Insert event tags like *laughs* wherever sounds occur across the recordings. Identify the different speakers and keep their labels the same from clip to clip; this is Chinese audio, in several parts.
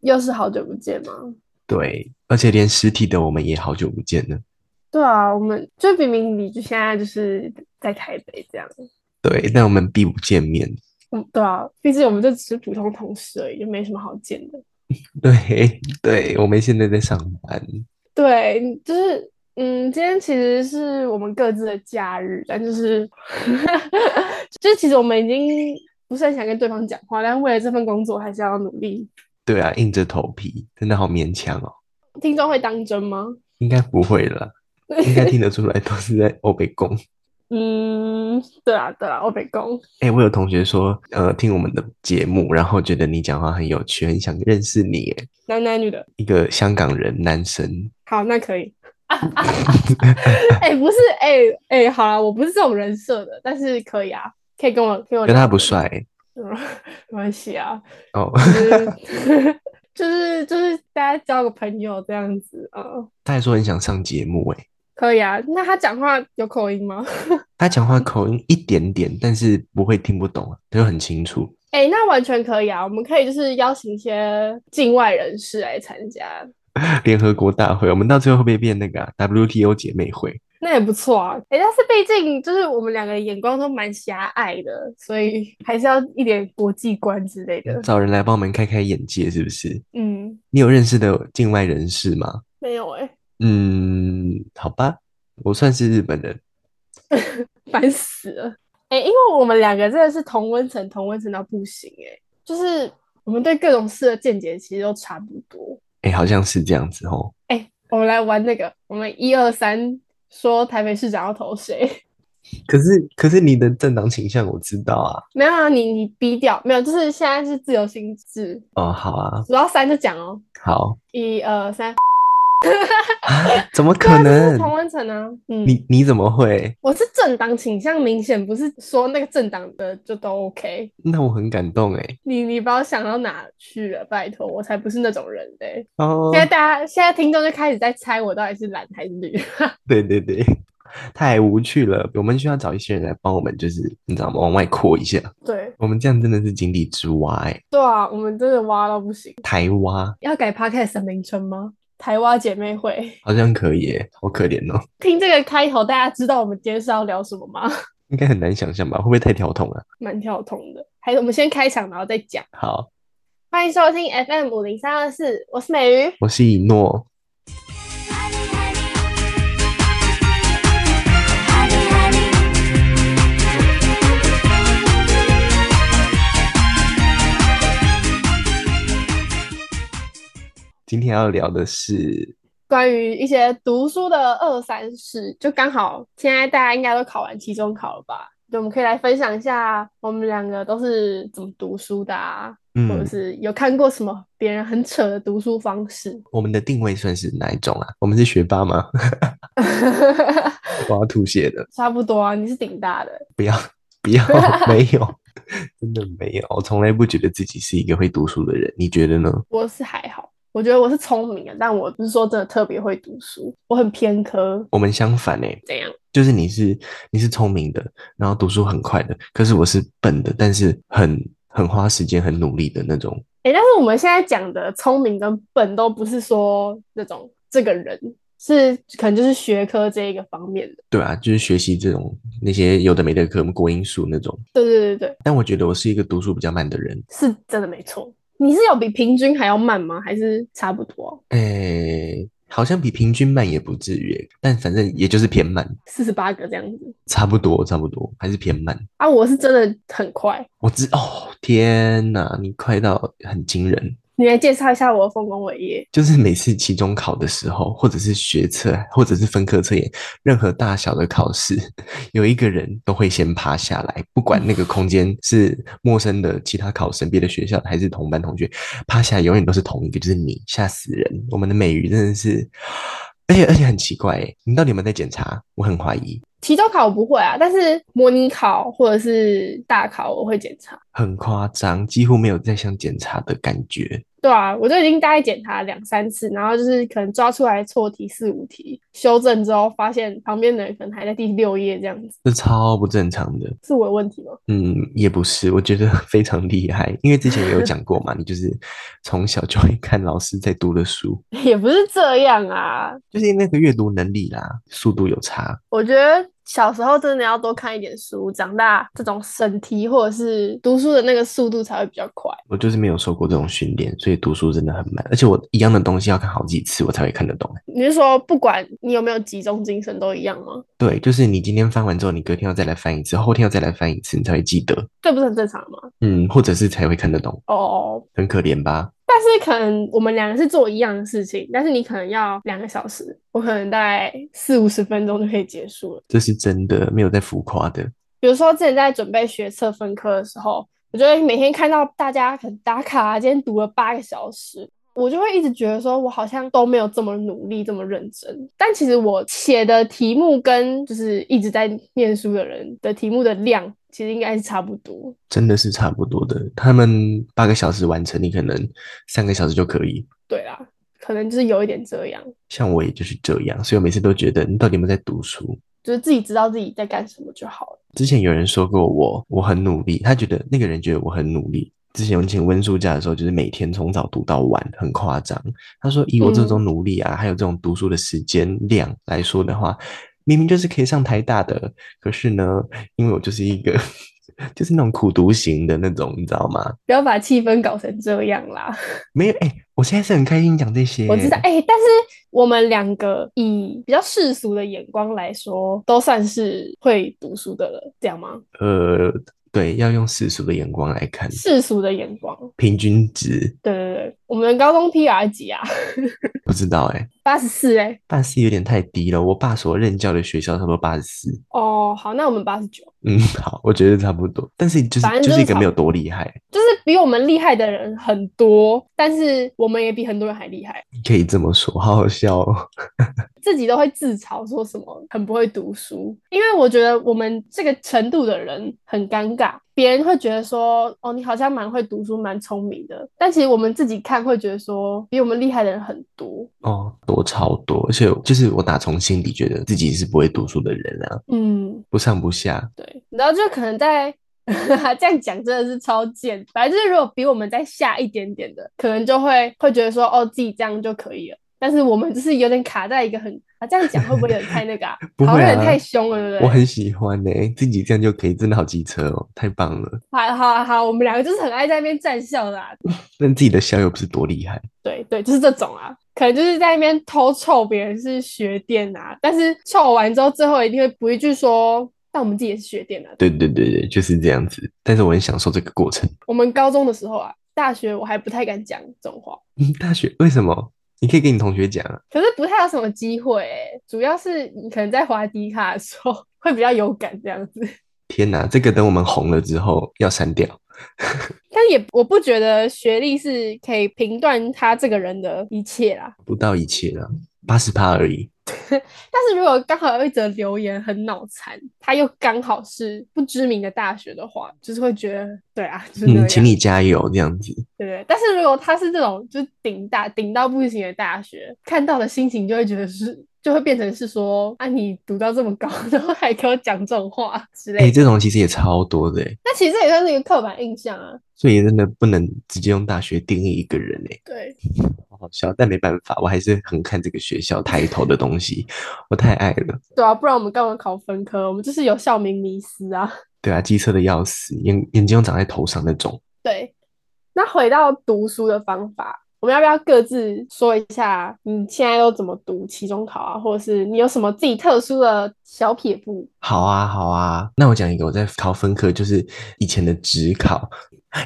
Speaker 1: 又是好久不见吗？
Speaker 2: 对，而且连实体的我们也好久不见了。
Speaker 1: 对啊，我们就明明你就现在就是在台北这样，
Speaker 2: 对，但我们必不见面。
Speaker 1: 嗯，对啊，毕竟我们就只是普通同事而已，就没什么好见的。
Speaker 2: 对，对，我们现在在上班。
Speaker 1: 对，就是嗯，今天其实是我们各自的假日，但就是 *laughs* 就是其实我们已经不是很想跟对方讲话，但为了这份工作还是要努力。
Speaker 2: 对啊，硬着头皮，真的好勉强哦。
Speaker 1: 听众会当真吗？ *laughs*
Speaker 2: 应该不会啦，应该听得出来都是在欧北宫。
Speaker 1: 嗯，对啊，对啊，我北宫。
Speaker 2: 哎、我有同学说，呃，听我们的节目，然后觉得你讲话很有趣，很想认识你耶。
Speaker 1: 男男女的，
Speaker 2: 一个香港人男生，
Speaker 1: 好，那可
Speaker 2: *laughs*
Speaker 1: 以。哎、不是，哎、哎、好了，我不是这种人设的，但是可以啊，可以跟我跟我
Speaker 2: 可
Speaker 1: 聊
Speaker 2: 他不帅
Speaker 1: 嗯 *laughs* 没关系啊，
Speaker 2: 哦， *laughs*
Speaker 1: 就是 *laughs* 就是就是大家交个朋友这样子啊、嗯，
Speaker 2: 他还说很想上节目哎。
Speaker 1: 可以啊。那他讲话有口音吗？ *laughs*
Speaker 2: 他讲话口音一点点，但是不会听不懂啊，他就很清楚。
Speaker 1: 哎、那完全可以啊，我们可以就是邀请一些境外人士来参加，
Speaker 2: 联合国大会，我们到最后会不会变那个啊、WTO 姐妹会？
Speaker 1: 那也不错啊。哎、但是毕竟就是我们两个眼光都蛮狭隘的，所以还是要一点国际观之类的。
Speaker 2: 找人来帮我们开开眼界，是不是？
Speaker 1: 嗯，
Speaker 2: 你有认识的境外人士吗？
Speaker 1: 没有哎、
Speaker 2: 嗯，好吧，我算是日本人。
Speaker 1: *laughs* 烦死了。哎、因为我们两个真的是同温层，同温层到不行哎、就是我们对各种事的见解其实都差不多。
Speaker 2: 哎、好像是这样子哦。
Speaker 1: 我们来玩那个，我们一二三说台北市长要投谁？ *laughs*
Speaker 2: 可是，可是你的政党倾向我知道啊。
Speaker 1: 没有啊，你你逼掉没有？就是现在是自由心智，
Speaker 2: 哦，好啊，
Speaker 1: 数到三就讲哦，
Speaker 2: 好， *laughs*
Speaker 1: 一二三，
Speaker 2: 啊、怎么
Speaker 1: 对啊
Speaker 2: 可
Speaker 1: 这是
Speaker 2: 能？
Speaker 1: 同温层啊，嗯，
Speaker 2: 你你怎么会？
Speaker 1: 我是政党倾向明显，不是说那个政党的就都 OK。
Speaker 2: 那我很感动哎。
Speaker 1: 你你把我想到哪去了？拜托，我才不是那种人嘞、
Speaker 2: 哦
Speaker 1: 现，在大家现在听众就开始在猜我到底是蓝还是绿。 *laughs*
Speaker 2: 对对对，太无趣了。我们需要找一些人来帮我们，就是你知道吗？往外扩一下。
Speaker 1: 对
Speaker 2: 我们这样真的是井底之蛙哎，
Speaker 1: 对啊，我们真的挖到不行，
Speaker 2: 台蛙
Speaker 1: 要改 podcast 的名称吗？台湾姐妹会。
Speaker 2: 好像可以哎，好可怜哦。 *laughs*
Speaker 1: 听这个开头，大家知道我们今天是要聊什么吗？
Speaker 2: 应该很难想象吧？会不会太跳痛了、
Speaker 1: *laughs*
Speaker 2: 啊
Speaker 1: 蛮跳痛的。还是我们先开场，然后再讲。
Speaker 2: 好，
Speaker 1: 欢迎收听 FM 五零三二四，我是美鱼。
Speaker 2: 我是以诺，今天要聊的是，
Speaker 1: 关于一些读书的二三事，就刚好现在大家应该都考完期中考了吧？就我们可以来分享一下，我们两个都是怎么读书的啊，或者
Speaker 2: 嗯，
Speaker 1: 是有看过什么别人很扯的读书方式。
Speaker 2: 我们的定位算是哪一种啊？我们是学霸吗？ *laughs* 我要吐血的，
Speaker 1: 差不多啊，你是顶大的，
Speaker 2: 不要不要，没有， *laughs* 真的没有，我从来不觉得自己是一个会读书的人，你觉得呢？
Speaker 1: 我是还好。我觉得我是聪明的，但我不是说真的特别会读书，我很偏科。
Speaker 2: 我们相反哎、
Speaker 1: 怎样？
Speaker 2: 就是你是你是聪明的，然后读书很快的，可是我是笨的，但是很很花时间、很努力的那种。
Speaker 1: 哎、但是我们现在讲的聪明跟笨都不是说那种这个人，是可能就是学科这一个方面的。
Speaker 2: 对啊，就是学习这种那些有的没的科目，国英数那种。
Speaker 1: 对对对对，
Speaker 2: 但我觉得我是一个读书比较慢的人，
Speaker 1: 是真的没错。你是有比平均还要慢吗？还是差不多？
Speaker 2: 诶，好像比平均慢也不至于，欸但反正也就是偏慢，
Speaker 1: 四十八个这样子
Speaker 2: 差不多，差不多，还是偏慢。
Speaker 1: 啊？我是真的很快。
Speaker 2: 我知哦，天哪，你快到很惊人！
Speaker 1: 你来介绍一下我的丰功伟业。
Speaker 2: 就是每次期中考的时候，或者是学测，或者是分科测验，任何大小的考试， *laughs* 有一个人都会先趴下来，不管那个空间是陌生的其他考生、别的学校的还是同班同学，趴下来永远都是同一个，就是你，吓死人！我们的美语真的是，而且而且很奇怪、欸，你到底有没有在检查？我很怀疑。
Speaker 1: 期中考我不会啊，但是模拟考或者是大考我会检查。
Speaker 2: 很夸张，几乎没有在像检查的感觉。
Speaker 1: 对啊，我就已经大概检查两三次，然后就是可能抓出来错题四五题，修正之后，发现旁边的人可能还在第六页这样子，
Speaker 2: 这超不正常的。
Speaker 1: 是我的问题吗？
Speaker 2: 嗯，也不是，我觉得 *laughs* 非常厉害，因为之前也有讲过嘛，你就是从小就会看老师在读的书，
Speaker 1: *laughs* 也不是这样啊，
Speaker 2: 就是那个阅读能力啦，速度有差。
Speaker 1: 我觉得小时候真的要多看一点书，长大这种审题或者是读书的那个速度才会比较快。
Speaker 2: 我就是没有受过这种训练，所以读书真的很慢，而且我一样的东西要看好几次我才会看得懂。
Speaker 1: 你是说不管你有没有集中精神都一样吗？
Speaker 2: 对，就是你今天翻完之后，你隔天要再来翻一次，后天要再来翻一次，你才会记得，
Speaker 1: 这不是很正常吗？
Speaker 2: 嗯，或者是才会看得懂，
Speaker 1: 哦，
Speaker 2: 很可怜吧？
Speaker 1: 但是可能我们两个是做一样的事情，但是你可能要两个小时，我可能大概四五十分钟就可以结束了。
Speaker 2: 这是真的，没有在浮夸的。
Speaker 1: 比如说之前在准备学测分科的时候，我就会每天看到大家可能打卡、啊，今天读了八个小时，我就会一直觉得说我好像都没有这么努力、这么认真。但其实我写的题目跟就是一直在念书的人的题目的量，其实应该是差不多。
Speaker 2: 真的是差不多的。他们八个小时完成，你可能三个小时就可以。
Speaker 1: 对啦，可能就是有一点这样，
Speaker 2: 像我也就是这样，所以我每次都觉得你到底有没有在读书？
Speaker 1: 就是自己知道自己在干什么就好了。
Speaker 2: 之前有人说过我，我很努力，他觉得那个人觉得我很努力。之前有请温书假的时候，就是每天从早读到晚，很夸张。他说以我这
Speaker 1: 嗯
Speaker 2: 种努力啊，还有这种读书的时间量来说的话，明明就是可以上台大的，可是呢，因为我就是一个 *laughs* 就是那种苦读型的那种，你知道吗？
Speaker 1: 不要把气氛搞成这样啦。
Speaker 2: 没有，哎、我现在是很开心讲这些，
Speaker 1: 我知道，哎、但是我们两个以比较世俗的眼光来说，都算是会读书的了，这样吗？
Speaker 2: 呃，对，要用世俗的眼光来看，
Speaker 1: 世俗的眼光，
Speaker 2: 平均值
Speaker 1: 对对对，我们高中 PR 几啊？
Speaker 2: 不知道哎、
Speaker 1: 八十四哎，
Speaker 2: 八十四有点太低了。我爸所任教的学校差不多八十四，
Speaker 1: 哦，好，那我们八十九，
Speaker 2: 嗯，好，我觉得差不多。但是就是
Speaker 1: 反正
Speaker 2: 就
Speaker 1: 就是
Speaker 2: 是一个
Speaker 1: 差
Speaker 2: 没有多厉害，
Speaker 1: 就是比我们厉害的人很多，但是我们也比很多人还厉害，
Speaker 2: 可以这么说，好好笑哦。
Speaker 1: 自己都会自嘲说什么很不会读书，因为我觉得我们这个程度的人很尴尬，别人会觉得说哦你好像蛮会读书，蛮聪明的，但其实我们自己看会觉得说比我们厉害的人很多，
Speaker 2: 哦， *laughs* 多超多，而且就是我打从心底觉得自己是不会读书的人啊，
Speaker 1: 嗯，
Speaker 2: 不上不下。，
Speaker 1: 对，然后就可能在嗯这样讲真的是超贱，反正就是如果比我们再下一点点的，可能就会会觉得说哦自己这样就可以了，但是我们就是有点卡在一个很啊这样讲会 *laughs* 不会有点太那个啊
Speaker 2: 不会啊
Speaker 1: 好像有点太凶了，对不
Speaker 2: 我
Speaker 1: 对？
Speaker 2: 很喜欢呢、自己这样就可以，真的好机车哦，太棒了。
Speaker 1: 好好好，我们两个就是很爱在那边站校的、啊，
Speaker 2: 但自己的校友不是多厉害，
Speaker 1: 对对，就是这种啊，可能就是在那边偷臭别人是学店啊，但是臭完之后，最后一定会补一句说，但我们自己也是学店啊。
Speaker 2: 对对对对，就是这样子。但是我很享受这个过程。
Speaker 1: 我们高中的时候啊，大学我还不太敢讲这种话，
Speaker 2: 嗯，大学为什么？你可以跟你同学讲啊。
Speaker 1: 可是不太有什么机会、欸，主要是你可能在滑迪卡的时候 *laughs* 会比较有感这样子， *laughs*
Speaker 2: 天哪，这个等我们红了之后要删掉。
Speaker 1: 但也我不觉得学历是可以评断他这个人的一切啦。
Speaker 2: 不到一切啦，八十趴而已。
Speaker 1: 但是如果刚好有一则留言很脑残，他又刚好是不知名的大学的话，就是会觉得对啊，就是那
Speaker 2: 嗯，
Speaker 1: 样，
Speaker 2: 请你加油，这样子。
Speaker 1: 对不对？但是如果他是这种就是顶大顶到不行的大学，看到的心情就会觉得是。就会变成是说啊，你读到这么高， *laughs* 然后还给我讲这种话之
Speaker 2: 哎、
Speaker 1: 类的。
Speaker 2: 这种其实也超多的、欸，
Speaker 1: 那其实这也算是一个刻板印象啊。
Speaker 2: 所以真的不能直接用大学定义一个人哎、
Speaker 1: 对，
Speaker 2: 好好笑。但没办法，我还是很看这个学校抬头的东西， *laughs* 我太爱了。
Speaker 1: 对啊，不然我们干嘛考分科？我们就是有校名迷思啊。
Speaker 2: 对啊，机车的要死，眼眼睛又长在头上那种。
Speaker 1: 对，那回到读书的方法，我们要不要各自说一下你现在都怎么读期中考啊，或者是你有什么自己特殊的小撇步？
Speaker 2: 好啊，好啊，那我讲一个我在考分科，就是以前的职考，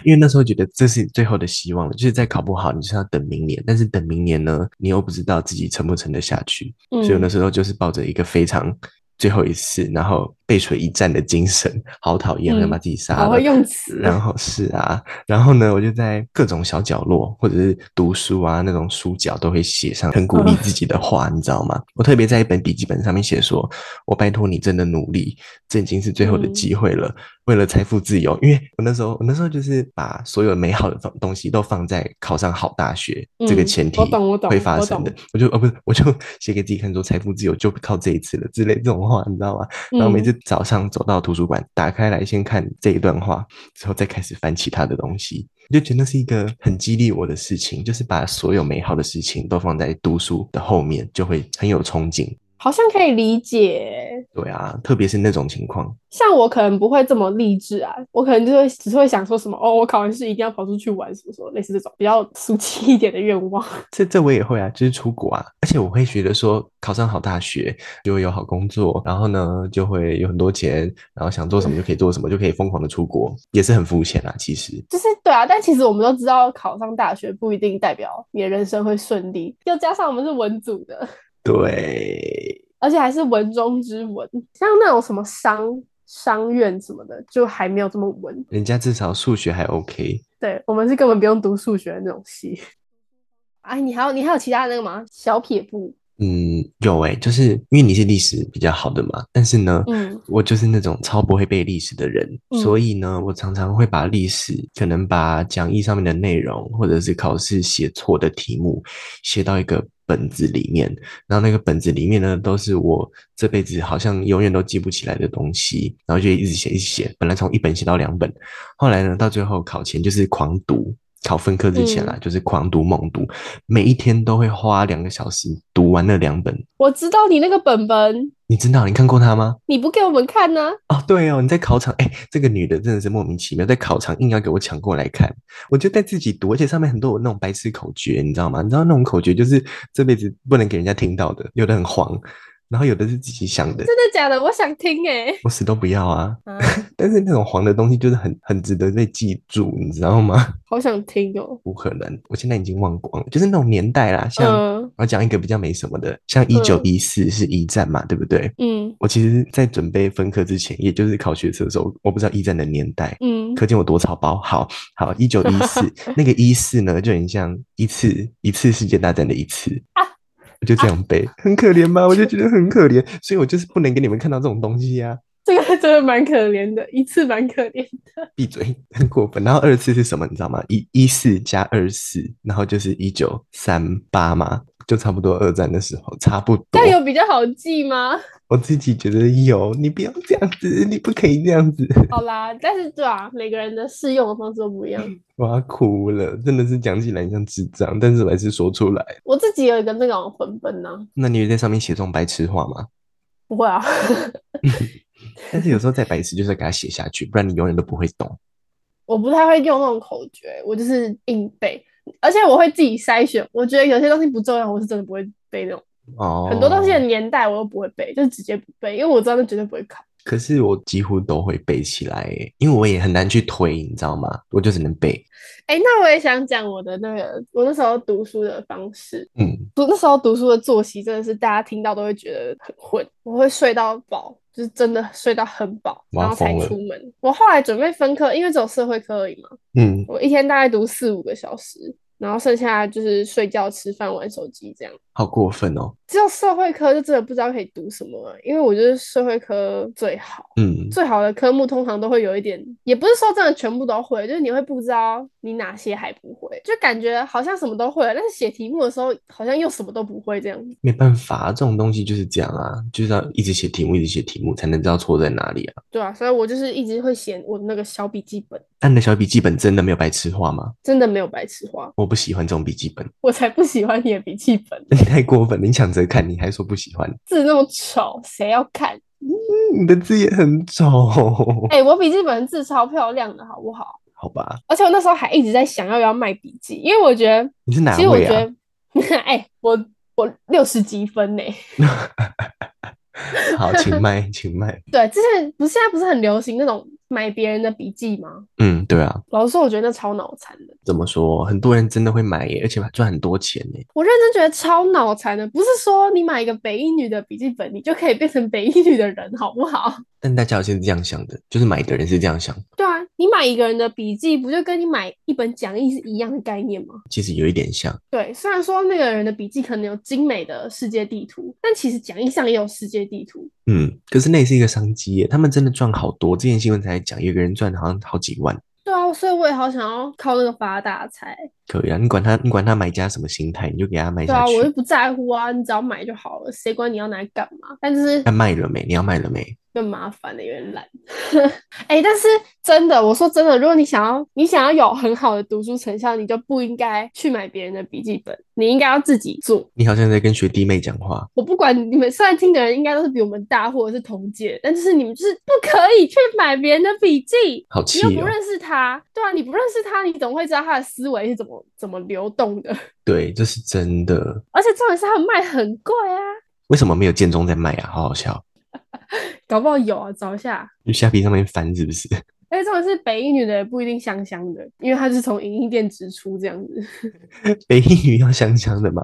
Speaker 2: 因为那时候觉得这是最后的希望了，就是再考不好，你就是要等明年，但是等明年呢，你又不知道自己撑不撑得下去，
Speaker 1: 嗯
Speaker 2: 所以我那时候就是抱着一个非常最后一次，然后背水一战的精神，好讨厌，我想
Speaker 1: 嗯
Speaker 2: 把自己杀
Speaker 1: 好
Speaker 2: 了
Speaker 1: 会。用词
Speaker 2: *laughs* 然后是啊，然后呢，我就在各种小角落，或者是读书啊那种书角，都会写上很
Speaker 1: 嗯
Speaker 2: 鼓励自己的话，你知道吗？我特别在一本笔记本上面写说：“我拜托你真的努力，这已经是最后的
Speaker 1: 嗯
Speaker 2: 机会了。为了财富自由，因为我那时候，我那时候就是把所有美好的方东西都放在考上好大学、这个
Speaker 1: 嗯
Speaker 2: 前提
Speaker 1: 我懂我懂
Speaker 2: 会发
Speaker 1: 我
Speaker 2: 生的
Speaker 1: 懂。
Speaker 2: 我就哦，不是，我就 *laughs* 写给自己看说，财富自由就靠这一次了之类这种话，你知道吗？
Speaker 1: 嗯
Speaker 2: 然后每次早上走到图书馆，打开来先看这一段话，之后再开始翻其他的东西，我就觉得那是一个很激励我的事情，就是把所有美好的事情都放在读书的后面，就会很有冲劲。
Speaker 1: 好像可以理解。
Speaker 2: 对啊，特别是那种情况，
Speaker 1: 像我可能不会这么励志啊，我可能就会只是会想说什么哦，我考完试一定要跑出去玩，什么什么类似这种比较俗气一点的愿望。
Speaker 2: 这这我也会啊，就是出国啊，而且我会觉得说，考上好大学就会有好工作，然后呢就会有很多钱，然后想做什么就可以做什么，就可以疯狂的出国，也是很肤浅啊，其实。
Speaker 1: 就是对啊，但其实我们都知道，考上大学不一定代表你的人生会顺利，又加上我们是文组的，
Speaker 2: 对，
Speaker 1: 而且还是文中之文，像那种什么商商院什么的，就还没有这么文。
Speaker 2: 人家至少数学还 OK。
Speaker 1: 对我们是根本不用读数学的那种系。 *laughs* 哎，你还有你还有其他的那个吗？小撇步，
Speaker 2: 嗯，有诶、就是因为你是历史比较好的嘛，但是呢，
Speaker 1: 嗯
Speaker 2: 我就是那种超不会背历史的人，
Speaker 1: 嗯
Speaker 2: 所以呢，我常常会把历史可能把讲义上面的内容，或者是考试写错的题目，写到一个本子里面，然后那个本子里面呢，都是我这辈子好像永远都记不起来的东西，然后就一直写一直写，本来从一本写到两本，后来呢，到最后考前就是狂读。考分科之前啦，就是狂读猛读，每一天都会花两个小时读完那两本。
Speaker 1: 我知道你那个本本，
Speaker 2: 你知道你看过它吗？
Speaker 1: 你不给我们看呢、
Speaker 2: 哦，对哦，你在考场，哎，这个女的真的是莫名其妙，在考场硬要给我抢过来看，我就在自己读，而且上面很多有那种白痴口诀，你知道吗？你知道那种口诀就是这辈子不能给人家听到的，有的很黄，然后有的是自己想的，
Speaker 1: 真的假的？我想听哎、
Speaker 2: 我死都不要啊！
Speaker 1: 啊，
Speaker 2: 但是那种黄的东西就是很很值得被记住，你知道吗？ *laughs*
Speaker 1: 好想听哦。
Speaker 2: 不可能，我现在已经忘光了，就是那种年代啦，像、
Speaker 1: 嗯
Speaker 2: 我讲一个比较没什么的，像一九一四是一战嘛，对不对？
Speaker 1: 嗯
Speaker 2: 我其实，在准备分科之前，也就是考学测的时候，我不知道一战的年代，
Speaker 1: 嗯，
Speaker 2: 可见我多草包。好好，一九一四那个一四呢，就很像一次一次世界大战的一次，我就这样背，很可怜吧？我就觉得很可怜，所以我就是不能给你们看到这种东西呀、
Speaker 1: 这个真的蛮可怜的，一次蛮可怜。
Speaker 2: 闭嘴，很过分。然后二次是什么？你知道吗？一一四加二四，然后就是一九三八嘛，就差不多二战的时候，差不多
Speaker 1: 但。有比较好记吗？
Speaker 2: 我自己觉得有，你不要这样子，你不可以这样子，
Speaker 1: 好啦，但是对啊，每个人的适用的方式都不一样。
Speaker 2: 我要哭了，真的是讲起来很像智障，但是我还是说出来。
Speaker 1: 我自己有一个那种混本呢、
Speaker 2: 那你有在上面写这种白痴话吗？
Speaker 1: 不会啊， *laughs*
Speaker 2: 但是有时候再白痴，就是要给它写下去，不然你永远都不会懂。
Speaker 1: 我不太会用那种口诀，我就是硬背，而且我会自己筛选。我觉得有些东西不重要，我是真的不会背那种。
Speaker 2: 哦，
Speaker 1: 很多东西的年代我都不会背，就直接不背，因为我知道那绝对不会考。
Speaker 2: 可是我几乎都会背起来耶，因为我也很难去推，你知道吗？我就只能背。
Speaker 1: 哎、那我也想讲我的那个，我那时候读书的方式。
Speaker 2: 嗯，
Speaker 1: 读那时候读书的作息真的是大家听到都会觉得很混，我会睡到饱，就是真的睡到很饱，
Speaker 2: 哇
Speaker 1: 然后才
Speaker 2: 疯了
Speaker 1: 出门。我后来准备分科，因为只有社会科而已嘛，
Speaker 2: 嗯，
Speaker 1: 我一天大概读四五个小时，然后剩下就是睡觉、吃饭、玩手机这样。
Speaker 2: 好过分哦。
Speaker 1: 只有社会科就真的不知道可以读什么、啊因为我觉得社会科最好，
Speaker 2: 嗯，
Speaker 1: 最好的科目通常都会有一点，也不是说真的全部都会，就是你会不知道你哪些还不会，就感觉好像什么都会了，但是写题目的时候好像又什么都不会这样子。
Speaker 2: 没办法，这种东西就是这样啊，就是要一直写题目，一直写题目，才能知道错在哪里啊。
Speaker 1: 对啊，所以我就是一直会写我的那个小笔记本，
Speaker 2: 但你的小笔记本真的没有白痴话吗？
Speaker 1: 真的没有白痴话，
Speaker 2: 我不喜欢这种笔记本， *laughs*
Speaker 1: 我才不喜欢你的笔记本，
Speaker 2: 你太过分了。你抢着看，你还说不喜欢，
Speaker 1: 字那么丑，谁要看？
Speaker 2: 嗯你的字也很丑， *laughs*
Speaker 1: 哎、我笔记本字超漂亮的，好不好？
Speaker 2: 好吧？
Speaker 1: 而且我那时候还一直在想要不要卖笔记，因为我觉得，
Speaker 2: 你是哪
Speaker 1: 其实我
Speaker 2: 位
Speaker 1: 觉
Speaker 2: 啊？
Speaker 1: 得， *laughs* 哎、我我六十几分呢、
Speaker 2: 好，请麦，请麦。
Speaker 1: 对，之前不是现在不是很流行那种买别人的笔记吗？
Speaker 2: 嗯，对啊，
Speaker 1: 老实说，我觉得那超脑残的，
Speaker 2: 怎么说？很多人真的会买耶，而且还赚很多钱呢。
Speaker 1: 我认真觉得超脑残的。不是说你买一个北一女的笔记本，你就可以变成北一女的人，好不好？ *laughs*
Speaker 2: 但大家好像是这样想的，就是买的人是这样想，
Speaker 1: 对啊，你买一个人的笔记，不就跟你买一本讲义是一样的概念吗？
Speaker 2: 其实有一点像。
Speaker 1: 对，虽然说那个人的笔记可能有精美的世界地图，但其实讲义上也有世界地图。
Speaker 2: 嗯，可是那也是一个商机耶，他们真的赚好多。之前新闻才讲，有个人赚好像好几万。
Speaker 1: 对啊，所以我也好想要靠那个发大财。
Speaker 2: 可以啊，你管他，你管他买家什么心态，你就给他卖
Speaker 1: 对
Speaker 2: 下
Speaker 1: 啊，
Speaker 2: 去。
Speaker 1: 我又不在乎啊，你只要买就好了，谁管你要拿来干嘛？但就是
Speaker 2: 那卖了没？你要卖了没？
Speaker 1: 更麻烦的，有点懒。 *laughs* 哎、但是真的，我说真的，如果你想要你想要有很好的读书成效，你就不应该去买别人的笔记本，你应该要自己做。
Speaker 2: 你好像在跟学弟妹讲话。
Speaker 1: 我不管你们虽然听的人应该都是比我们大或者是同届，但就是你们就是不可以去买别人的笔记，
Speaker 2: 好
Speaker 1: 你
Speaker 2: 气
Speaker 1: 又
Speaker 2: 哦！
Speaker 1: 不认识他，对啊，你不认识他，你怎么会知道他的思维是怎么怎么流动的？ *laughs*
Speaker 2: 对，这是真的。
Speaker 1: 而且重点是他们卖很贵啊，
Speaker 2: 为什么没有建中在卖啊？好好笑，
Speaker 1: 搞不好有啊，找一下。
Speaker 2: 就虾皮上面翻是不 *laughs* 是？
Speaker 1: 而且重点是北一女的也不一定香香的，因为她是从影音店直出这样子。 *laughs*
Speaker 2: 北一女要香香的吗？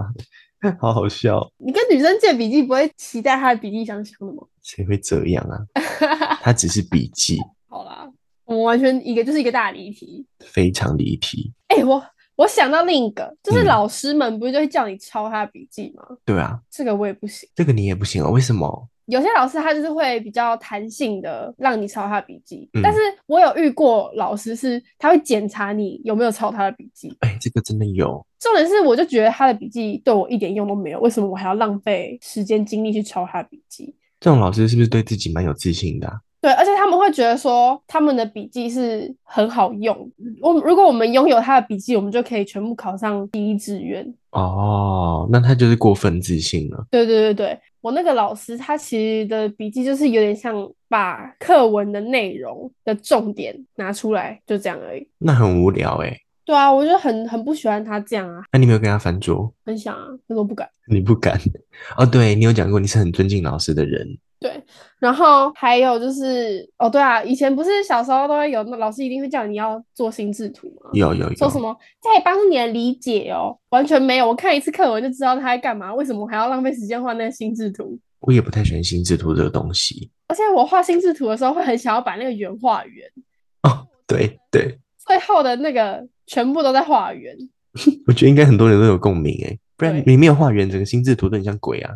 Speaker 2: *laughs* 好好笑，哦
Speaker 1: 你跟女生借笔记不会期待她的笔记香香的吗？
Speaker 2: 谁会这样啊？ *laughs* 它只是笔记，
Speaker 1: 好啦，我们完全一个就是一个大离题。
Speaker 2: 非常离题。
Speaker 1: 哎、我我想到另一个，就是
Speaker 2: 嗯
Speaker 1: 老师们不是就会叫你抄他的笔记吗？
Speaker 2: 对啊，
Speaker 1: 这个我也不行。
Speaker 2: 这个你也不行哦。为什么？
Speaker 1: 有些老师他就是会比较弹性的让你抄他的笔记，
Speaker 2: 嗯
Speaker 1: 但是我有遇过老师是他会检查你有没有抄他的笔记。
Speaker 2: 哎，这个真的有，
Speaker 1: 重点是，我就觉得他的笔记对我一点用都没有，为什么我还要浪费时间精力去抄他的笔记？
Speaker 2: 这种老师是不是对自己蛮有自信的啊、
Speaker 1: 对，而且他们会觉得说他们的笔记是很好用。我如果我们拥有他的笔记，我们就可以全部考上第一志愿。
Speaker 2: 哦，那他就是过分自信了。
Speaker 1: 对对对对，我那个老师他其实的笔记就是有点像把课文的内容的重点拿出来，就这样而已。
Speaker 2: 那很无聊哎、
Speaker 1: 对啊，我就很很不喜欢他这样啊，
Speaker 2: 那你没有跟他翻桌？ *laughs*
Speaker 1: 很想啊，但是我不敢。
Speaker 2: 你不敢哦？对你有讲过你是很尊敬老师的人，
Speaker 1: 然后还有就是，哦对啊，以前不是小时候都会有那老师一定会叫你要做心智图吗？
Speaker 2: 有有
Speaker 1: 说什
Speaker 2: 有，
Speaker 1: 么这也帮助你的理解哦，完全没有。我看一次课文就知道他在干嘛，为什么我还要浪费时间画那个心智图？
Speaker 2: 我也不太喜欢心智图这个东西。
Speaker 1: 而且我画心智图的时候会很想要把那个圆画圆，
Speaker 2: 哦，对对，
Speaker 1: 最后的那个全部都在画圆。
Speaker 2: 我觉得应该很多人都有共鸣诶，不然
Speaker 1: 对
Speaker 2: 你没有画圆，整个心智图都很像鬼啊。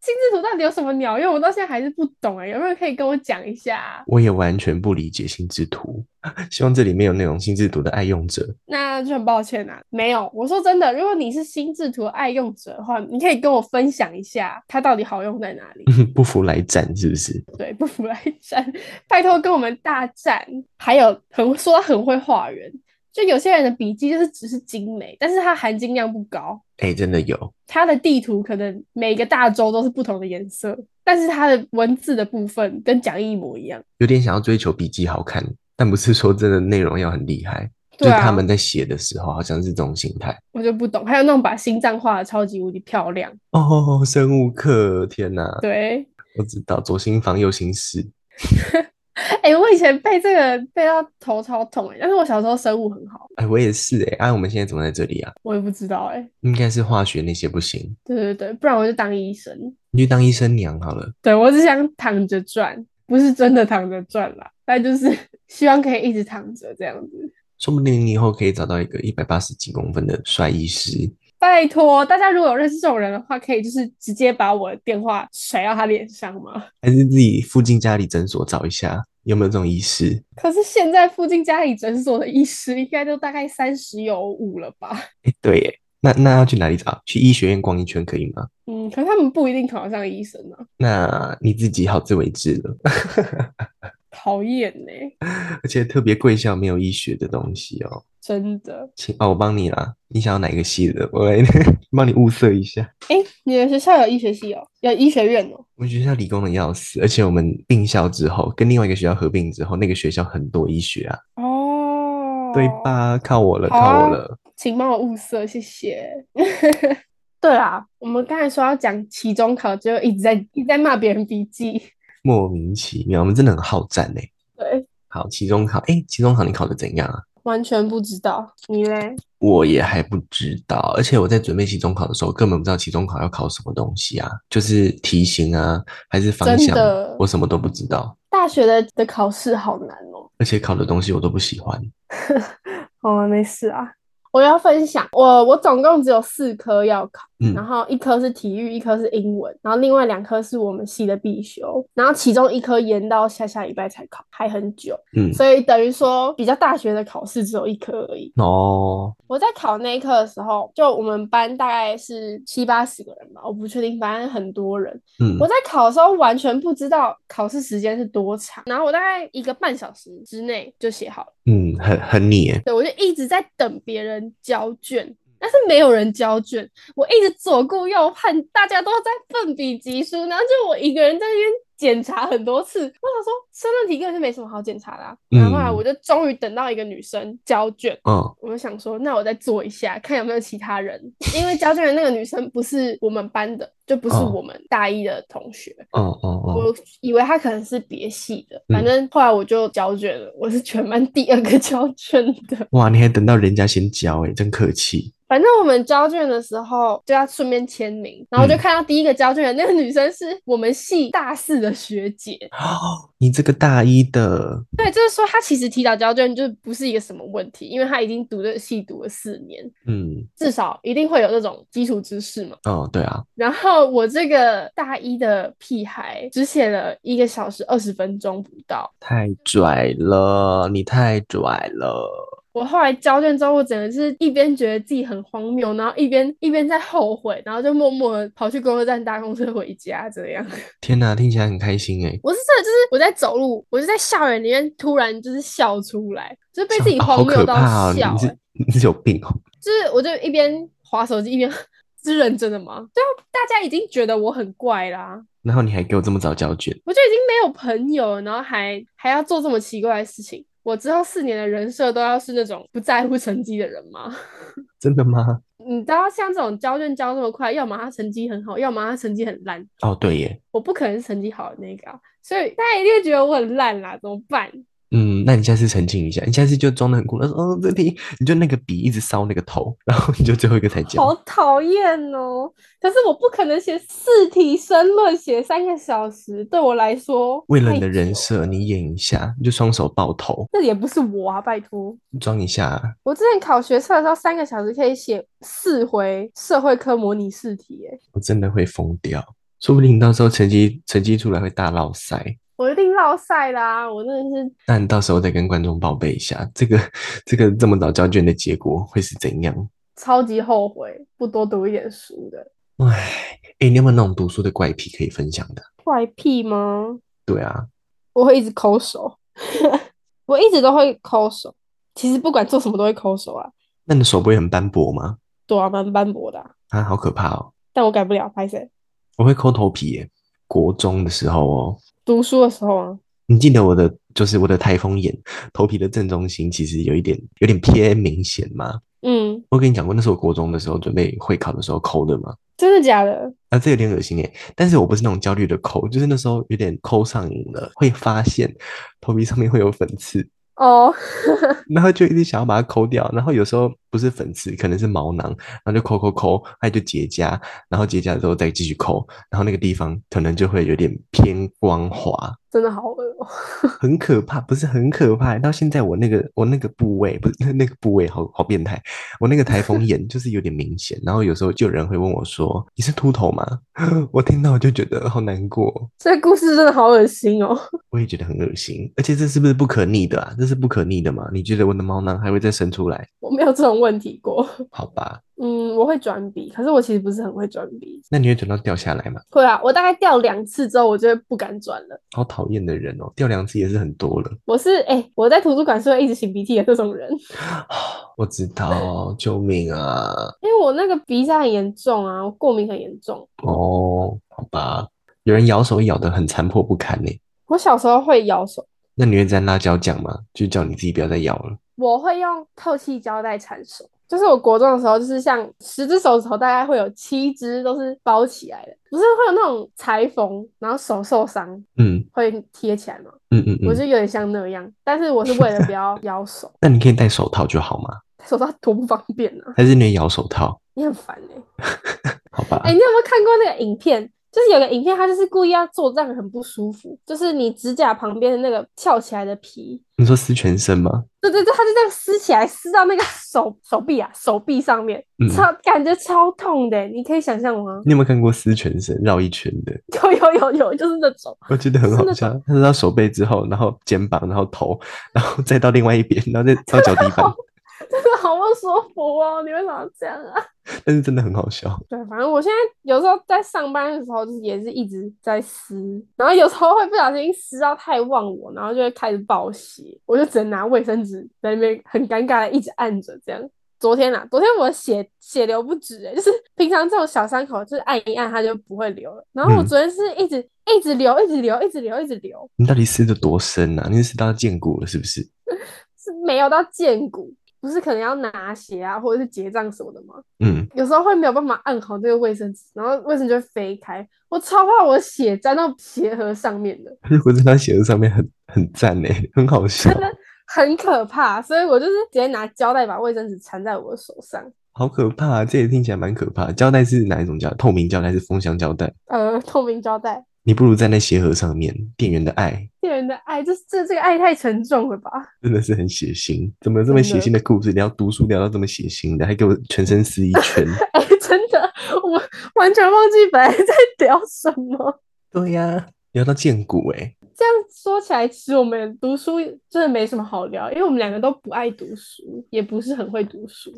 Speaker 1: 心智图到底有什么鸟用？我到现在还是不懂哎、有没有人可以跟我讲一下啊？
Speaker 2: 我也完全不理解心智图， *laughs* 希望这里面有那种心智图的爱用者。 *laughs*
Speaker 1: 那就很抱歉啊，没有。我说真的，如果你是心智图爱用者的话，你可以跟我分享一下它到底好用在哪里。
Speaker 2: 不服来战是不是？
Speaker 1: 对，不服来战，拜托跟我们大战。还有很说他很会画人，就有些人的笔记就是只是精美，但是它含金量不高。
Speaker 2: 哎、真的有，
Speaker 1: 它的地图可能每个大洲都是不同的颜色，但是它的文字的部分跟讲义一模一样。
Speaker 2: 有点想要追求笔记好看，但不是说真的内容要很厉害，就
Speaker 1: 对
Speaker 2: 是
Speaker 1: 啊，
Speaker 2: 他们在写的时候好像是这种心态。
Speaker 1: 我就不懂。还有那种把心脏画的超级无敌漂亮，
Speaker 2: 哦，生物课，天哪！
Speaker 1: 对。
Speaker 2: 我知道左心房右心室，
Speaker 1: *laughs* 哎、我以前背这个背到头超痛哎、但是我小时候生物很好，
Speaker 2: 哎，我也是哎、哎、我们现在怎么在这里啊？
Speaker 1: 我也不知道哎、
Speaker 2: 应该是化学那些不行，
Speaker 1: 对对对，不然我就当医生。
Speaker 2: 你去当医生娘好了。
Speaker 1: 对，我只想躺着赚，不是真的躺着赚啦，但就是 *laughs* 希望可以一直躺着这样子。
Speaker 2: 说不定你以后可以找到一个一百八十几公分的帅医师，
Speaker 1: 拜托大家，如果有认识这种人的话，可以就是直接把我的电话甩到他脸上吗？ *laughs*
Speaker 2: 还是自己附近家里诊所找一下有没有这种医师？
Speaker 1: 可是现在附近家里诊所的医师应该都大概三十有五了吧？
Speaker 2: 哎，对耶，那那要去哪里找？去医学院逛一圈可以吗？
Speaker 1: 嗯，可是他们不一定考得上医生啊，
Speaker 2: 那你自己好自为之了， *laughs*
Speaker 1: 讨厌欸呢，
Speaker 2: 而且特别贵校没有医学的东西哦。
Speaker 1: 真的。
Speaker 2: 请哦，我帮你啦，你想要哪一个系的？我来 *laughs* 帮你物色一下。
Speaker 1: 哎、你们学校有医学系哦，有医学院哦。
Speaker 2: 我们学校理工的要死，而且我们并校之后，跟另外一个学校合并之后，那个学校很多医学啊，
Speaker 1: 哦
Speaker 2: 对？吧？靠我了，
Speaker 1: 好
Speaker 2: 靠
Speaker 1: 啊
Speaker 2: 我了。
Speaker 1: 请帮我物色，谢谢。 *laughs* 对啦，我们刚才说要讲期中考，就一直在一直在骂别人笔记。
Speaker 2: 莫名其妙，我们真的很好战哎、
Speaker 1: 对，
Speaker 2: 好，期中考，哎，期中考你考的怎样啊？
Speaker 1: 完全不知道。你嘞？
Speaker 2: 我也还不知道，而且我在准备期中考的时候，根本不知道期中考要考什么东西啊，就是题型啊，还是方
Speaker 1: 真
Speaker 2: 向
Speaker 1: 的，
Speaker 2: 我什么都不知道，
Speaker 1: 大学的的考试好难哦。
Speaker 2: 而且考的东西我都不喜欢。
Speaker 1: 哦，没事啊。我要分享，我我总共只有四科要考，
Speaker 2: 嗯
Speaker 1: 然后一科是体育，一科是英文，然后另外两科是我们系的必修，然后其中一科延到下下礼拜才考，还很久，
Speaker 2: 嗯，
Speaker 1: 所以等于说比较大学的考试只有一科而已。
Speaker 2: 哦，
Speaker 1: 我在考那一课的时候，就我们班大概是七八十个人吧，我不确定，反正很多人。
Speaker 2: 嗯
Speaker 1: 我在考的时候完全不知道考试时间是多长，然后我大概一个半小时之内就写好了，
Speaker 2: 嗯，很很你耶，
Speaker 1: 对我就一直在等别人交卷。但是没有人交卷，我一直左顾右盼，大家都在奋笔疾书，然后就我一个人在那边检查很多次。我想说，申论题根本就没什么好检查的、啊。然后后来
Speaker 2: 嗯
Speaker 1: 我就终于等到一个女生交卷，
Speaker 2: 嗯
Speaker 1: 我就想说，那我再做一下，看有没有其他人，因为交卷的那个女生不是我们班的，就不是
Speaker 2: 哦
Speaker 1: 我们大一的同学。
Speaker 2: 嗯嗯嗯，
Speaker 1: 我以为她可能是别系的，
Speaker 2: 嗯
Speaker 1: 反正后来我就交卷了，我是全班第二个交卷的。
Speaker 2: 哇，你还等到人家先交哎，真客气。 *gasps*
Speaker 1: 反正我们交卷的时候就要顺便签名，然后我就看到第一个交卷的那个女生是我们系大四的学姐，
Speaker 2: 哦，你这个大一的，
Speaker 1: 对，就是说她其实提早交卷就不是一个什么问题，因为她已经读这个系读了四年，
Speaker 2: 嗯，
Speaker 1: 至少一定会有这种基础知识嘛。
Speaker 2: 哦，对啊，
Speaker 1: 然后我这个大一的屁孩只写了一个小时二十分钟不到，
Speaker 2: 太拽了，你太拽了。
Speaker 1: 我后来交卷之后，我整个是一边觉得自己很荒谬，然后一边一边在后悔，然后就默默的跑去公车站搭公车回家这样。
Speaker 2: 天哪，听起来很开心哎，
Speaker 1: 我是真的就是我在走路，我就在校园里面突然就是笑出来，就是被自己
Speaker 2: 好
Speaker 1: 荒谬
Speaker 2: 可
Speaker 1: 到
Speaker 2: 怕哦，
Speaker 1: 笑、
Speaker 2: 你
Speaker 1: 欸
Speaker 2: 是你是有病哦。
Speaker 1: 就是我就一边划手机一边 *laughs* 是认真的吗？对啊，大家已经觉得我很怪啦。
Speaker 2: 然后你还给我这么早交卷，
Speaker 1: 我就已经没有朋友了，然后还还要做这么奇怪的事情。我之后四年的人设都要是那种不在乎成绩的人吗？ *laughs*
Speaker 2: 真的吗？
Speaker 1: 你知道像这种交卷交这么快，要么他成绩很好，要么他成绩很烂，
Speaker 2: 哦，对耶，
Speaker 1: 我不可能是成绩好的那个啊，所以大家一定会觉得我很烂啦，怎么办？
Speaker 2: 嗯，那你下次澄清一下，你下次就装的很酷，他说哦这题，你就那个笔一直烧那个头，然后你就最后一个才交
Speaker 1: 好，讨厌哦！可是我不可能写四题申论写三个小时，对我来说
Speaker 2: 为了
Speaker 1: 太
Speaker 2: 你的人
Speaker 1: 久
Speaker 2: 设，你演一下，你就双手抱头，
Speaker 1: 那也不是我啊，拜托。
Speaker 2: 装一下啊，
Speaker 1: 我之前考学测的时候，三个小时可以写四回社会科模拟试题，哎，
Speaker 2: 我真的会疯掉，说不定到时候成绩成绩出来会大落塞。
Speaker 1: 我一定落赛啦！我真的是
Speaker 2: 那你到时候再跟观众报备一下，这个这个这么早交卷的结果会是怎样？
Speaker 1: 超级后悔不多读一点书的，
Speaker 2: 唉，诶，你有没有那种读书的怪癖可以分享的？
Speaker 1: 怪癖吗？
Speaker 2: 对啊，
Speaker 1: 我会一直抠手， *laughs* 我一直都会抠手。其实不管做什么都会抠手啊，
Speaker 2: 那你的手不会很斑驳吗？
Speaker 1: 对啊，蛮斑驳的啊、
Speaker 2: 啊，好可怕哦！
Speaker 1: 但我改不了，拍谁？
Speaker 2: 我会抠头皮耶。国中的时候哦，
Speaker 1: 读书的时候啊，
Speaker 2: 你记得我的就是我的台风眼，头皮的正中心其实有一点有点偏明显嘛。
Speaker 1: 嗯，
Speaker 2: 我跟你讲过，那是我国中的时候准备会考的时候抠的嘛。
Speaker 1: 真的假的？
Speaker 2: 啊，这有点恶心耶，但是我不是那种焦虑的抠，就是那时候有点抠上瘾了，会发现头皮上面会有粉刺，
Speaker 1: 哦，
Speaker 2: 然后就一直想要把它抠掉，然后有时候不是粉刺，可能是毛囊，然后就抠抠抠，它就结痂，然后结痂之后再继续抠，然后那个地方可能就会有点偏光滑，
Speaker 1: 真的好恶哦、
Speaker 2: 很可怕，不是很可怕。到现在我那个我那个部位，不是 *laughs* 那个部位好好变态，我那个台风眼就是有点明显，然后有时候就有人会问我说：“你是秃头吗？” *laughs* 我听到我就觉得好难过。
Speaker 1: 这故事真的好恶心哦、
Speaker 2: 我也觉得很恶心，而且这是不是不可逆的啊？这是不可逆的嘛？你觉得我的毛囊还会再生出来？
Speaker 1: *laughs* 我没有这种问题过。
Speaker 2: 好吧，
Speaker 1: 嗯，我会转笔，可是我其实不是很会转笔。
Speaker 2: 那你会转到掉下来吗？
Speaker 1: 会啊，我大概掉两次之后，我就会不敢转了。
Speaker 2: 好讨厌的人哦，掉两次也是很多了。 *sighs*
Speaker 1: 我是哎、我在图书馆是会一直擤鼻涕的这种人，
Speaker 2: 我知道，救命啊！
Speaker 1: 因为我那个鼻塞很严重啊，我过敏很严重。
Speaker 2: 哦，好吧，有人咬手咬得很残破不堪呢、
Speaker 1: 我小时候会咬手，
Speaker 2: 那你会沾辣椒酱吗？就叫你自己不要再咬了。
Speaker 1: 我会用透气胶带缠手，就是我国中的时候，就是像十只手指头，大概会有七只都是包起来的，不是会有那种裁缝，然后手受伤
Speaker 2: 嗯
Speaker 1: 会贴起来吗？
Speaker 2: 嗯嗯
Speaker 1: 我
Speaker 2: 嗯，
Speaker 1: 就有点像那样，但是我是为了不要 *laughs* 咬手，
Speaker 2: 那你可以戴手套就好嘛，
Speaker 1: 手套多不方便啊，
Speaker 2: 还是你咬手套？
Speaker 1: 你很烦哎、欸。
Speaker 2: 好吧，
Speaker 1: 哎、你有没有看过那个影片？就是有个影片，它就是故意要做让人很不舒服，就是你指甲旁边的那个翘起来的皮，
Speaker 2: 你说撕全身吗？
Speaker 1: 对对对，他就这样撕起来，撕到那个手手臂啊，手臂上面
Speaker 2: 嗯，
Speaker 1: 超感觉超痛的，你可以想象吗？ *laughs*
Speaker 2: 你有没有看过撕全身绕一圈的？
Speaker 1: 有有有有，就是那种， *laughs*
Speaker 2: 我觉得很
Speaker 1: 是
Speaker 2: 好
Speaker 1: 那
Speaker 2: 笑，他是到手背之后，然后肩膀，然后头，然后再到另外一边，然后再到脚底
Speaker 1: *laughs*
Speaker 2: 板，
Speaker 1: 真的好不舒服哦！你为什么要这样啊？
Speaker 2: 但是真的很好笑。
Speaker 1: 对，反正我现在有时候在上班的时候，就是也是一直在撕，然后有时候会不小心撕到太忘我，然后就会开始爆血，我就只能拿卫生纸在那边很尴尬的一直按着这样。昨天啊，昨天我血血流不止、欸，就是平常这种小伤口，就是按一按它就不会流了。然后我
Speaker 2: 嗯
Speaker 1: 昨天是一直、一直流，一直流，一直流，一直流，
Speaker 2: 你到底撕的多深啊？你是撕到见骨了是不是？
Speaker 1: 是没有到见骨，不是可能要拿血啊，或者是结账什么的吗？
Speaker 2: 嗯， *laughs*
Speaker 1: 有时候会没有办法按好这个卫生纸，然后卫生纸就会飞开，我超怕我血沾到鞋盒上面的，
Speaker 2: 如果在他鞋子上面很很赞呢、很好笑，
Speaker 1: 很可怕，所以我就是直接拿胶带把卫生纸缠在我的手上，
Speaker 2: 好可怕、啊！这也听起来蛮可怕的。胶带是哪一种胶带？透明胶带还是封箱胶带？
Speaker 1: 呃，透明胶带。
Speaker 2: 你不如站在鞋盒上面，店员的爱
Speaker 1: 店 *laughs* 员的爱，哎这这这个爱太沉重了吧？
Speaker 2: 真的是很血腥。怎么有这么血
Speaker 1: 真的
Speaker 2: 腥的故事？聊读书聊到这么血腥的，还给我全身撕一圈。
Speaker 1: 哎、真的，我完全忘记本来在聊什么。
Speaker 2: 对呀、聊到见骨哎、
Speaker 1: 这样说起来，其实我们读书真的没什么好聊，因为我们两个都不爱读书，也不是很会读书。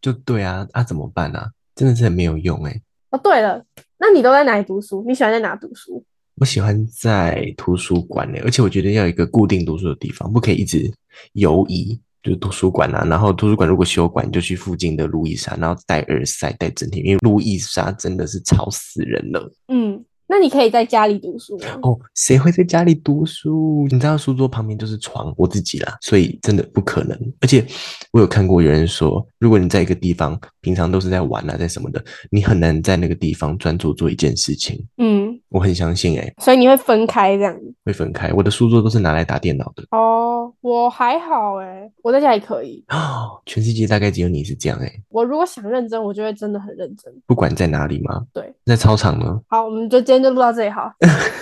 Speaker 2: 就对啊，啊怎么办啊？真的是很没有用哎、
Speaker 1: 哦，对了，那你都在哪里读书？你喜欢在哪读书？
Speaker 2: 我喜欢在图书馆欸呢，而且我觉得要有一个固定读书的地方，不可以一直游移，就是图书馆啊。然后图书馆如果休馆，你就去附近的路易莎，然后带耳塞、带整天，因为路易莎真的是吵死人了。
Speaker 1: 嗯，那你可以在家里读书吗？
Speaker 2: 哦，谁会在家里读书？你知道书桌旁边就是床，我自己啦，所以真的不可能。而且我有看过有人说，如果你在一个地方平常都是在玩啊，在什么的，你很难在那个地方专注做一件事情。
Speaker 1: 嗯，
Speaker 2: 我很相信、欸，
Speaker 1: 所以你会分开这样子。
Speaker 2: 会分开。我的书桌都是拿来打电脑的。
Speaker 1: 哦，我还好诶，我在家里可以。
Speaker 2: 哦，全世界大概只有你是这样哎、
Speaker 1: 我如果想认真，我就会真的很认真。
Speaker 2: 不管在哪里吗？
Speaker 1: 对，
Speaker 2: 在操场呢， *laughs*
Speaker 1: 好，我们就今天就录到这里好，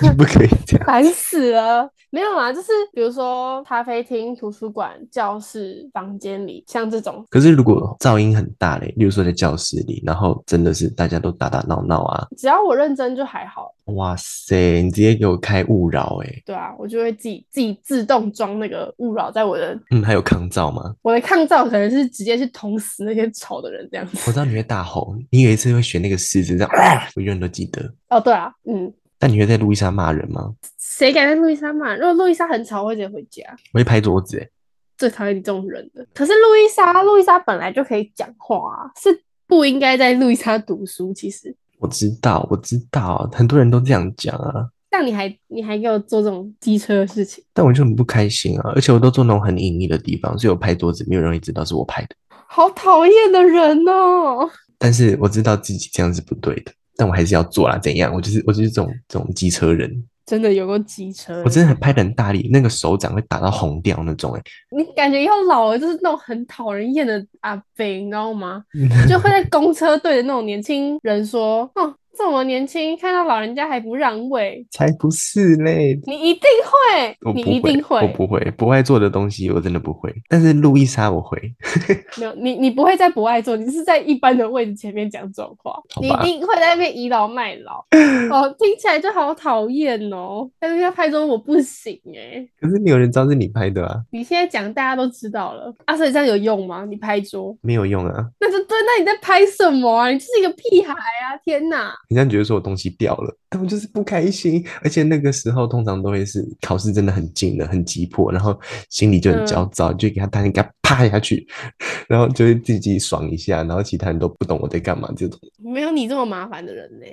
Speaker 2: 你不可以这样。
Speaker 1: 烦死了。没有啊，就是比如说咖啡厅、图书馆、教室、房间里，像这种
Speaker 2: 可是如果噪音很大嘞，例如说在教室里，然后真的是大家都打打闹闹啊，
Speaker 1: 只要我认真就还好，
Speaker 2: 哇塞，你直接给我开勿扰哎、
Speaker 1: 对啊，我就会自己自己自动装那个勿扰在我的
Speaker 2: 嗯，还有抗噪吗？
Speaker 1: 我的抗噪，可能是直接去捅死那些吵的人这样子。
Speaker 2: 我知道你会大吼，你有一次会选那个狮子这样，我永远都记得。
Speaker 1: 哦，对啊，嗯，
Speaker 2: 但你会在路易莎骂人吗？
Speaker 1: 谁敢在路易莎骂？如果路易莎很吵，我会直接回家。
Speaker 2: 我会拍桌子、欸，
Speaker 1: 最讨厌你这种人的。可是路易莎，路易莎本来就可以讲话啊，是不应该在路易莎读书。其实，
Speaker 2: 我知道，我知道，啊很多人都这样讲啊。
Speaker 1: 但你还你还给我做这种机车的事情，
Speaker 2: 但我就很不开心啊，而且我都坐那种很隐秘的地方，所以我拍桌子，没有人会知道是我拍的。
Speaker 1: 好讨厌的人哦！
Speaker 2: 但是我知道自己这样是不对的，但我还是要做啦。怎样？我就是我就是这种这种机车人，
Speaker 1: 真的有个机车，
Speaker 2: 我真的很拍的很大力，那个手掌会打到红掉那种、欸。
Speaker 1: 你感觉要老了，就是那种很讨人厌的阿北，你知道吗？
Speaker 2: 哎，
Speaker 1: 就会在公车队的那种年轻人说：“哦，这么年轻，看到老人家还不让位，
Speaker 2: *laughs* 才不是嘞！
Speaker 1: 你一定会，
Speaker 2: 我
Speaker 1: 你
Speaker 2: 不
Speaker 1: 一定
Speaker 2: 我不会，不爱做的东西我真的不会。但是路易莎我会，
Speaker 1: 没有，你你不会在不爱做，你是在一般的位置前面讲这种话，
Speaker 2: 好
Speaker 1: 你一
Speaker 2: 吧
Speaker 1: 定会在那边倚老卖 *laughs* 老，哦，听起来就好讨厌哦。但是要拍桌我不行哎、
Speaker 2: 可是没有人知道是你拍的啊，
Speaker 1: 你现在讲大家都知道了啊，所以这样有用吗？你拍桌，
Speaker 2: 没有用啊。
Speaker 1: 那就对，那你在拍什么啊？你就是一个屁孩啊！天哪，
Speaker 2: 人家觉得说我东西掉了，但我就是不开心。而且那个时候通常都会是考试真的很近了，很急迫，然后心里就很
Speaker 1: 嗯
Speaker 2: 焦躁，就给他单给他啪下去，然后就会自己爽一下，然后其他人都不懂我在干嘛。这种
Speaker 1: 没有你这么麻烦的人呢、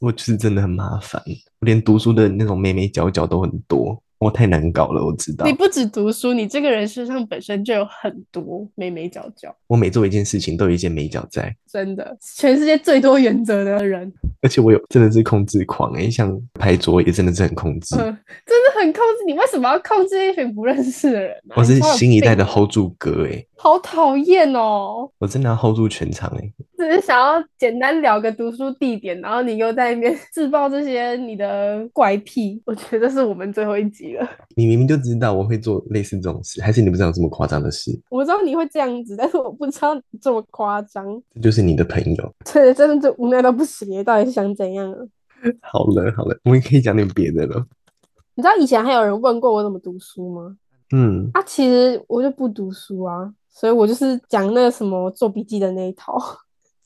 Speaker 2: 我就是真的很麻烦，我连读书的那种眉眉角角都很多。我太难搞了，我知道
Speaker 1: 你。不止读书，你这个人身上本身就有很多眉眉角角，
Speaker 2: 我每做一件事情都有一件美角在，
Speaker 1: 真的，全世界最多原则的人，
Speaker 2: 而且我有真的是控制狂诶、像拍桌也真的是很控制。
Speaker 1: 嗯，真的很控制。你为什么要控制一群不认识的人、啊？
Speaker 2: 我是
Speaker 1: 你超有
Speaker 2: 新一代的
Speaker 1: 病，
Speaker 2: hold 住哥诶、
Speaker 1: 好讨厌哦！
Speaker 2: 我真的要 hold 住全场欸诶、
Speaker 1: 只是想要简单聊个读书地点，然后你又在那边自爆这些你的怪癖，我觉得这是我们最后一集了。
Speaker 2: 你明明就知道我会做类似这种事，还是你不知道有这么夸张的事？
Speaker 1: 我知道你会这样子，但是我不知道你这么夸张，
Speaker 2: 这就是你的朋友。 *laughs*
Speaker 1: 这真的就无奈到不行，到底是想怎样啊？
Speaker 2: 好了好了，我们可以讲点别的了。
Speaker 1: 你知道以前还有人问过我怎么读书吗？
Speaker 2: 嗯，
Speaker 1: 啊，其实我就不读书啊，所以我就是讲那个什么做笔记的那一套。 *laughs*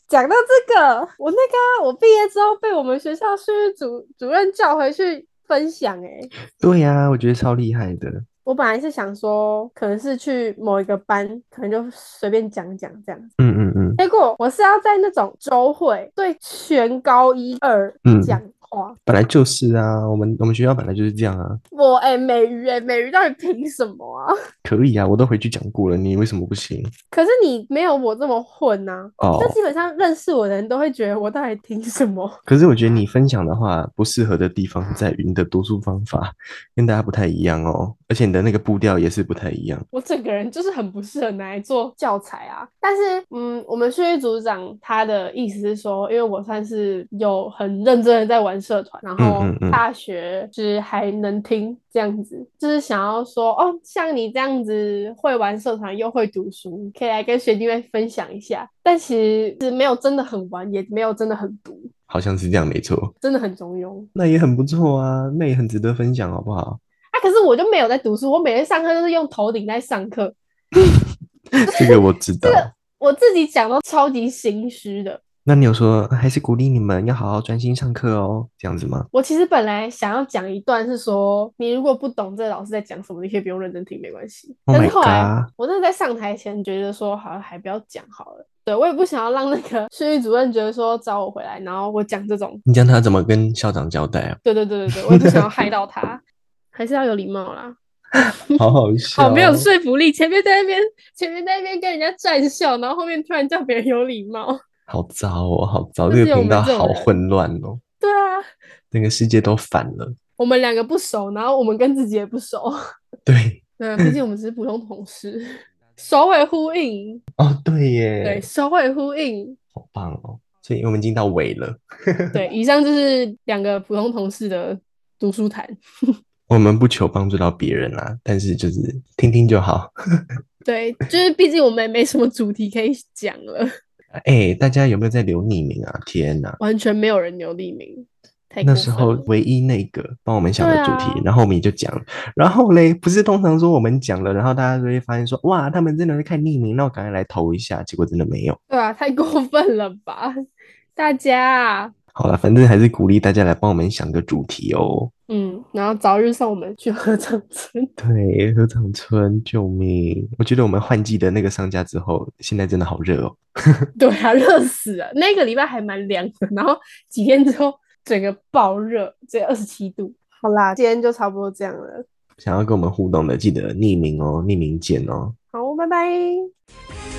Speaker 1: 讲到这个，我那个啊我毕业之后被我们学校数学主主任叫回去分享、欸，
Speaker 2: 对呀、我觉得超厉害的。
Speaker 1: 我本来是想说，可能是去某一个班，可能就随便讲讲这样子。
Speaker 2: 嗯嗯嗯，
Speaker 1: 结果我是要在那种周会对全高一二
Speaker 2: 嗯
Speaker 1: 讲话，
Speaker 2: 本来就是啊，我们我们学校本来就是这样啊。
Speaker 1: 我哎、欸美鱼哎、欸美鱼到底凭什么啊？ *laughs*
Speaker 2: 可以啊，我都回去讲过了，你为什么不行？
Speaker 1: 可是你没有我这么混啊呐、
Speaker 2: 哦
Speaker 1: 就基本上认识我的人都会觉得我到底凭什么？
Speaker 2: 可是我觉得你分享的话，不适合的地方是在于你的读书方法 *laughs* 跟大家不太一样哦，而且你的那个步调也是不太一样。
Speaker 1: 我整个人就是很不适合拿来做教材啊。但是，嗯，我们训育组长他的意思是说，因为我算是有很认真的在玩社团，然后
Speaker 2: 嗯嗯
Speaker 1: 大学就是还能听这样子，就是想要说，哦，像你这样子会玩社团又会读书，可以来跟学弟妹分享一下。但其实是没有真的很玩，也没有真的很读，
Speaker 2: 好像是这样，没错，
Speaker 1: 真的很中庸。
Speaker 2: 那也很不错啊，那也很值得分享，好
Speaker 1: *laughs*
Speaker 2: 不好？
Speaker 1: 啊，可是我就没有在读书，我每天上课就是用头顶在上课，
Speaker 2: 这个我知道。
Speaker 1: 我自己讲都超级心虚的。
Speaker 2: 那你有说还是鼓励你们要好好专心上课哦，这样子吗？
Speaker 1: 我其实本来想要讲一段是说，你如果不懂这老师在讲什么，你可以不用认真听，没关系。
Speaker 2: Oh
Speaker 1: 但是
Speaker 2: my
Speaker 1: 后来
Speaker 2: god
Speaker 1: 我真的在上台前觉得说，好像还不要讲好了。对我也不想要让那个训育主任觉得说找我回来，然后我讲这种，
Speaker 2: 你讲他怎么跟校长交代
Speaker 1: *laughs*
Speaker 2: 啊？
Speaker 1: 对对对对对，我也不想要害到他，还是要有礼貌啦。
Speaker 2: 好好笑、哦
Speaker 1: 好没有说服力，前面在那边前面在那边跟人家站笑，然后后面突然叫别人有礼貌。
Speaker 2: 好糟哦，好糟，
Speaker 1: 就
Speaker 2: 这
Speaker 1: 是
Speaker 2: 个
Speaker 1: 我
Speaker 2: 频
Speaker 1: 们
Speaker 2: 道
Speaker 1: 这种
Speaker 2: 好
Speaker 1: 人
Speaker 2: 混乱哦，
Speaker 1: 对啊，
Speaker 2: 整个世界都反了。
Speaker 1: 我们两个不熟，然后我们跟自己也不熟。
Speaker 2: 对，
Speaker 1: 对，啊毕竟我们只是普通同事，首尾呼应。
Speaker 2: 哦，对耶，
Speaker 1: 对，首尾呼应。
Speaker 2: 好棒哦。所以我们已经到尾了，
Speaker 1: 对，以上就是两个普通同事的读书谈。
Speaker 2: 我们不求帮助到别人啦、但是就是听听就好。
Speaker 1: 对，就是毕竟我们也没什么主题可以讲了，
Speaker 2: 哎，大家有没有在留匿名啊？天哪！
Speaker 1: 完全没有人留匿名，太
Speaker 2: 那
Speaker 1: 过
Speaker 2: 时
Speaker 1: 分
Speaker 2: 候
Speaker 1: 了
Speaker 2: 唯一那个帮我们想的
Speaker 1: 哎对
Speaker 2: 主
Speaker 1: 啊
Speaker 2: 题，然后我们也就讲了，然后嘞，不是通常说我们讲了，然后大家就会发现说，哇，他们真的在看匿名，那我赶快来投一下，结果真的没有。
Speaker 1: 对啊，太过分了吧，大家。啊
Speaker 2: 好了，反正还是鼓励大家来帮我们想个主题哦。
Speaker 1: 嗯，然后早日送我们去合唱村。
Speaker 2: 对，合掌村，救命！我觉得我们换季的那个商家之后，现在真的好热哦。
Speaker 1: 对啊，热死了。那个礼拜还蛮凉的，然后几天之后整个爆热，只有二十七度。好啦，今天就差不多这样了。
Speaker 2: 想要跟我们互动的，记得匿名哦，匿名见哦。
Speaker 1: 好，拜拜。
Speaker 3: 「君の声が聞こえる」